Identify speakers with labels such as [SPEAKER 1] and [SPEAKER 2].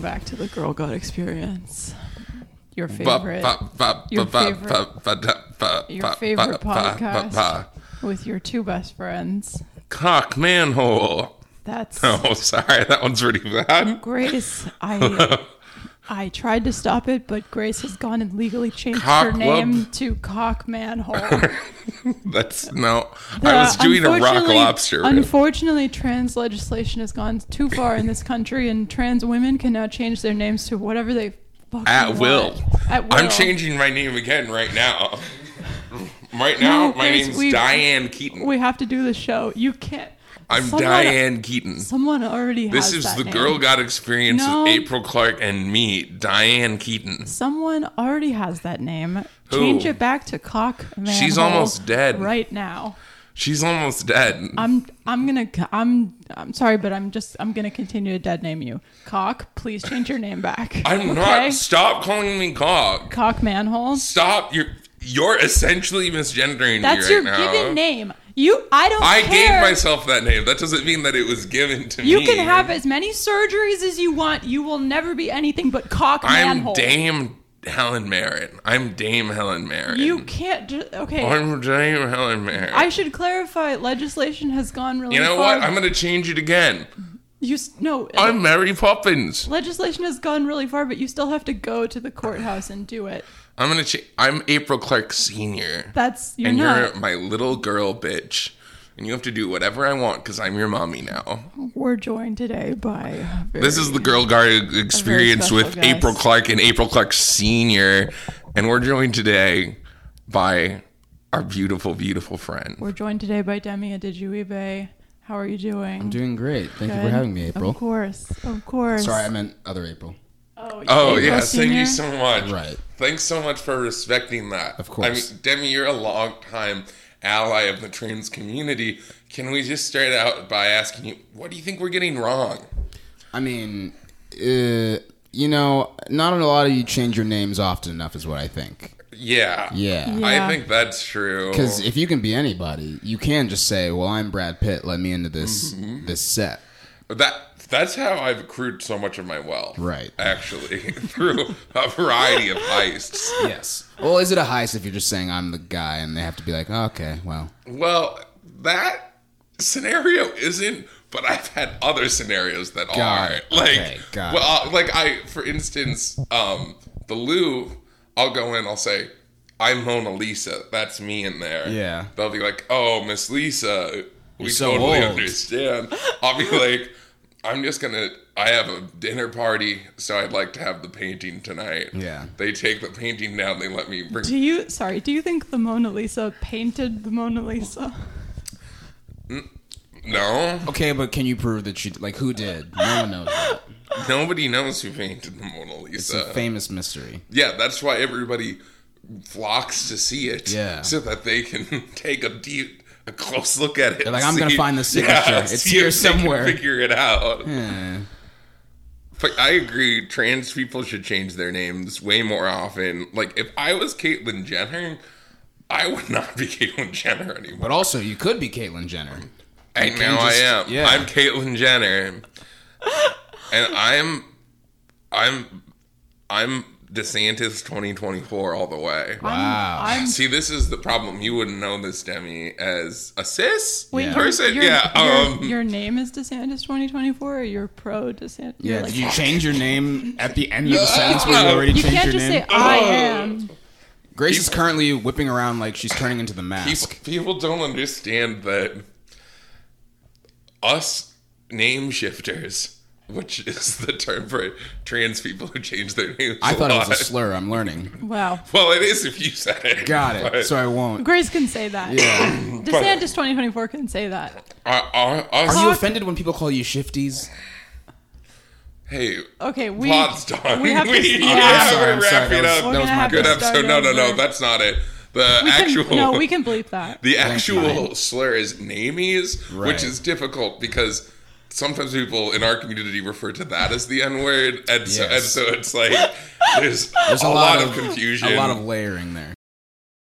[SPEAKER 1] back to the Girl God experience. Your
[SPEAKER 2] Ba-
[SPEAKER 1] favorite.
[SPEAKER 2] ba- ba-
[SPEAKER 1] Your
[SPEAKER 2] ba- ba-
[SPEAKER 1] favorite-
[SPEAKER 2] ba- ba- da- ba-
[SPEAKER 1] Your
[SPEAKER 2] ba-
[SPEAKER 1] favorite
[SPEAKER 2] ba- ba- ba-
[SPEAKER 1] podcast.
[SPEAKER 2] ba.
[SPEAKER 1] With your two best friends.
[SPEAKER 2] Cock manhole.
[SPEAKER 1] That's
[SPEAKER 2] Oh, sorry, that one's pretty bad.
[SPEAKER 1] Grace. I I tried to stop it, but Grace has gone and legally changed her
[SPEAKER 2] Cock
[SPEAKER 1] name
[SPEAKER 2] Lub-
[SPEAKER 1] to Cock Manhole.
[SPEAKER 2] That's no. I was doing a rock
[SPEAKER 1] Unfortunately-
[SPEAKER 2] lobster.
[SPEAKER 1] Unfortunately, trans legislation has gone too far in this country, and trans women can now change their names to whatever they fucking
[SPEAKER 2] at
[SPEAKER 1] want.
[SPEAKER 2] will.
[SPEAKER 1] At will.
[SPEAKER 2] I'm changing my name again right now. Right now,
[SPEAKER 1] No,
[SPEAKER 2] my
[SPEAKER 1] Grace,
[SPEAKER 2] name's
[SPEAKER 1] we-
[SPEAKER 2] Diane Keaton.
[SPEAKER 1] We have to do the show. You can't.
[SPEAKER 2] I'm
[SPEAKER 1] someone-
[SPEAKER 2] Diane Keaton.
[SPEAKER 1] Someone already has
[SPEAKER 2] This is
[SPEAKER 1] that
[SPEAKER 2] the
[SPEAKER 1] name.
[SPEAKER 2] Girl God Experience
[SPEAKER 1] No.
[SPEAKER 2] with April Clark and me, Diane Keaton.
[SPEAKER 1] Someone already has that name.
[SPEAKER 2] Who?
[SPEAKER 1] Change it back to cock.
[SPEAKER 2] She's
[SPEAKER 1] Manhole
[SPEAKER 2] almost dead.
[SPEAKER 1] right now.
[SPEAKER 2] She's almost dead.
[SPEAKER 1] I'm I'm gonna c- I'm I'm sorry, but I'm just I'm gonna continue to dead name you. Cock, please change your name back.
[SPEAKER 2] I'm not. Stop calling me Gog.
[SPEAKER 1] cock manhole.
[SPEAKER 2] Stop. You're you're essentially misgendering
[SPEAKER 1] That's
[SPEAKER 2] me
[SPEAKER 1] your
[SPEAKER 2] right now.
[SPEAKER 1] given name. You I don't
[SPEAKER 2] I
[SPEAKER 1] care.
[SPEAKER 2] gave myself that name. That doesn't mean that it was given to
[SPEAKER 1] You
[SPEAKER 2] me.
[SPEAKER 1] can have as many surgeries as you want. You will never be anything but cock
[SPEAKER 2] I'm
[SPEAKER 1] manhole.
[SPEAKER 2] Dame Helen Marin. I'm Dame Helen Marin.
[SPEAKER 1] You can't. Ju- okay.
[SPEAKER 2] I'm Dame Helen Marin.
[SPEAKER 1] I should clarify. Legislation has gone really.
[SPEAKER 2] you know
[SPEAKER 1] far.
[SPEAKER 2] what? I'm gonna change it again.
[SPEAKER 1] You s- no.
[SPEAKER 2] I'm Mary Poppins.
[SPEAKER 1] legislation has gone really far, but you still have to go to the courthouse and do it.
[SPEAKER 2] I'm gonna change. I'm April Clark Senior.
[SPEAKER 1] That's you're
[SPEAKER 2] and
[SPEAKER 1] not.
[SPEAKER 2] you're my little girl bitch. And you have to do whatever I want because I'm your mommy now.
[SPEAKER 1] We're joined today by. a very-
[SPEAKER 2] This is the Girl Guard experience
[SPEAKER 1] special
[SPEAKER 2] with
[SPEAKER 1] guest.
[SPEAKER 2] April Clark and April Clark Sr. And we're joined today by our beautiful, beautiful friend.
[SPEAKER 1] We're joined today by Demi Adijuibe. How are you doing?
[SPEAKER 3] I'm doing great. Thank you for having me,
[SPEAKER 1] Of
[SPEAKER 3] April.
[SPEAKER 1] course, of course.
[SPEAKER 3] Sorry, I meant other April.
[SPEAKER 1] Oh,
[SPEAKER 2] Oh,
[SPEAKER 1] April
[SPEAKER 2] yes. Thank
[SPEAKER 1] Senior?
[SPEAKER 2] you so much.
[SPEAKER 3] Right.
[SPEAKER 2] Thanks so much for respecting that.
[SPEAKER 3] Of course.
[SPEAKER 2] I mean, Demi, you're a long time ally of the trans community. Can we just start out by asking you, what do you think we're getting wrong?
[SPEAKER 3] I mean, uh, you know, not a lot of you change your names often enough, is what I think.
[SPEAKER 2] Yeah.
[SPEAKER 3] Yeah.
[SPEAKER 1] Yeah.
[SPEAKER 2] I think that's true.
[SPEAKER 3] Because if you can be anybody, you can just say, "Well, I'm Brad Pitt. Let me into this this set."
[SPEAKER 2] That that's how I've accrued so much of my wealth.
[SPEAKER 3] Right.
[SPEAKER 2] Actually, through a variety of heists.
[SPEAKER 3] Yes. Well, is it a heist if you're just saying I'm the guy and they have to be like, "Oh, "Okay, well,
[SPEAKER 2] Well, that scenario isn't, but I've had other scenarios that
[SPEAKER 3] Got
[SPEAKER 2] are
[SPEAKER 3] it.
[SPEAKER 2] like
[SPEAKER 3] Okay, got
[SPEAKER 2] well, like I for instance, um the Lou, I'll go in, I'll say I'm Mona Lisa. That's me in there.
[SPEAKER 3] Yeah.
[SPEAKER 2] They'll be like, "Oh, Miss Lisa, we
[SPEAKER 3] You're so
[SPEAKER 2] totally
[SPEAKER 3] old."
[SPEAKER 2] understand." I'll be like, "I'm just gonna. I have a dinner party, so I'd like to have the painting tonight."
[SPEAKER 3] Yeah.
[SPEAKER 2] They take the painting down. They let me bring.
[SPEAKER 1] Do you sorry? Do you think the Mona Lisa painted the Mona Lisa?
[SPEAKER 2] no,
[SPEAKER 3] okay." But can you prove that you like who did? No one knows. That.
[SPEAKER 2] nobody knows who painted the Mona
[SPEAKER 3] It's
[SPEAKER 2] Lisa.
[SPEAKER 3] a famous mystery.
[SPEAKER 2] Yeah, that's why everybody flocks to see it.
[SPEAKER 3] Yeah.
[SPEAKER 2] So that they can take a deep, a close look at it.
[SPEAKER 3] They're like,
[SPEAKER 2] and
[SPEAKER 3] "I'm gonna find the signature. It's
[SPEAKER 2] see
[SPEAKER 3] here
[SPEAKER 2] if they can
[SPEAKER 3] somewhere."
[SPEAKER 2] Figure it out.
[SPEAKER 3] Eh.
[SPEAKER 2] But I agree. Trans people should change their names way more often. Like, if I was Caitlyn Jenner, I would not be Caitlyn Jenner anymore.
[SPEAKER 3] But also, you could be Caitlyn Jenner.
[SPEAKER 2] And
[SPEAKER 3] can
[SPEAKER 2] now I
[SPEAKER 3] just-
[SPEAKER 2] am.
[SPEAKER 3] yeah.
[SPEAKER 2] I'm Caitlyn Jenner, and I'm, I'm, I'm DeSantis 2024 all the way.
[SPEAKER 3] Oh, Wow.
[SPEAKER 1] I'm, I'm
[SPEAKER 2] See, this is the problem. You wouldn't know this, Demi, as a cis
[SPEAKER 1] wait,
[SPEAKER 3] Yeah.
[SPEAKER 1] your-
[SPEAKER 2] person.
[SPEAKER 1] your-
[SPEAKER 2] yeah.
[SPEAKER 1] Your,
[SPEAKER 2] um,
[SPEAKER 1] your name is DeSantis 2024, or you're pro DeSantis?
[SPEAKER 3] Yeah,
[SPEAKER 1] You're like,
[SPEAKER 3] did you change your name at the end of the sentence where you
[SPEAKER 2] Yeah.
[SPEAKER 3] already
[SPEAKER 1] you
[SPEAKER 3] changed
[SPEAKER 1] can't
[SPEAKER 3] your
[SPEAKER 1] just
[SPEAKER 3] name?
[SPEAKER 1] say I
[SPEAKER 2] Oh.
[SPEAKER 1] am.
[SPEAKER 3] Grace is currently whipping around like she's turning into the
[SPEAKER 2] people,
[SPEAKER 3] mask.
[SPEAKER 2] people don't understand that us name shifters, which is the term for trans people who change their names.
[SPEAKER 3] I
[SPEAKER 2] a
[SPEAKER 3] thought it was a
[SPEAKER 2] lot.
[SPEAKER 3] slur. I'm learning.
[SPEAKER 1] Wow.
[SPEAKER 2] Well, it is if you said it.
[SPEAKER 3] Got it.
[SPEAKER 2] but-
[SPEAKER 3] so I won't.
[SPEAKER 1] Grace can say that.
[SPEAKER 3] Yeah.
[SPEAKER 1] DeSantis 2024 can say that.
[SPEAKER 2] Are- are- us-
[SPEAKER 3] Are you offended when people call you shifties?
[SPEAKER 2] hey,
[SPEAKER 1] Okay, we
[SPEAKER 2] pod's done.
[SPEAKER 1] we have to.
[SPEAKER 2] yeah,
[SPEAKER 1] yeah,
[SPEAKER 3] sorry,
[SPEAKER 2] we're
[SPEAKER 3] I'm sorry,
[SPEAKER 2] wrapping
[SPEAKER 3] that
[SPEAKER 1] we're
[SPEAKER 2] up.
[SPEAKER 3] was- that was
[SPEAKER 1] gonna
[SPEAKER 3] my
[SPEAKER 1] have
[SPEAKER 2] Good
[SPEAKER 1] to
[SPEAKER 2] episode.
[SPEAKER 1] start
[SPEAKER 2] No, no, no.
[SPEAKER 1] over.
[SPEAKER 2] That's not it. The
[SPEAKER 1] We can-
[SPEAKER 2] actual.
[SPEAKER 1] no, we can bleep that.
[SPEAKER 2] The
[SPEAKER 3] you.
[SPEAKER 2] actual slur is namies, which
[SPEAKER 3] Right.
[SPEAKER 2] is difficult because sometimes people in our community refer to that as the N word, and, so, and
[SPEAKER 3] Yes.
[SPEAKER 2] so it's like there's, a, lot, of, confusion.
[SPEAKER 3] A lot of layering there.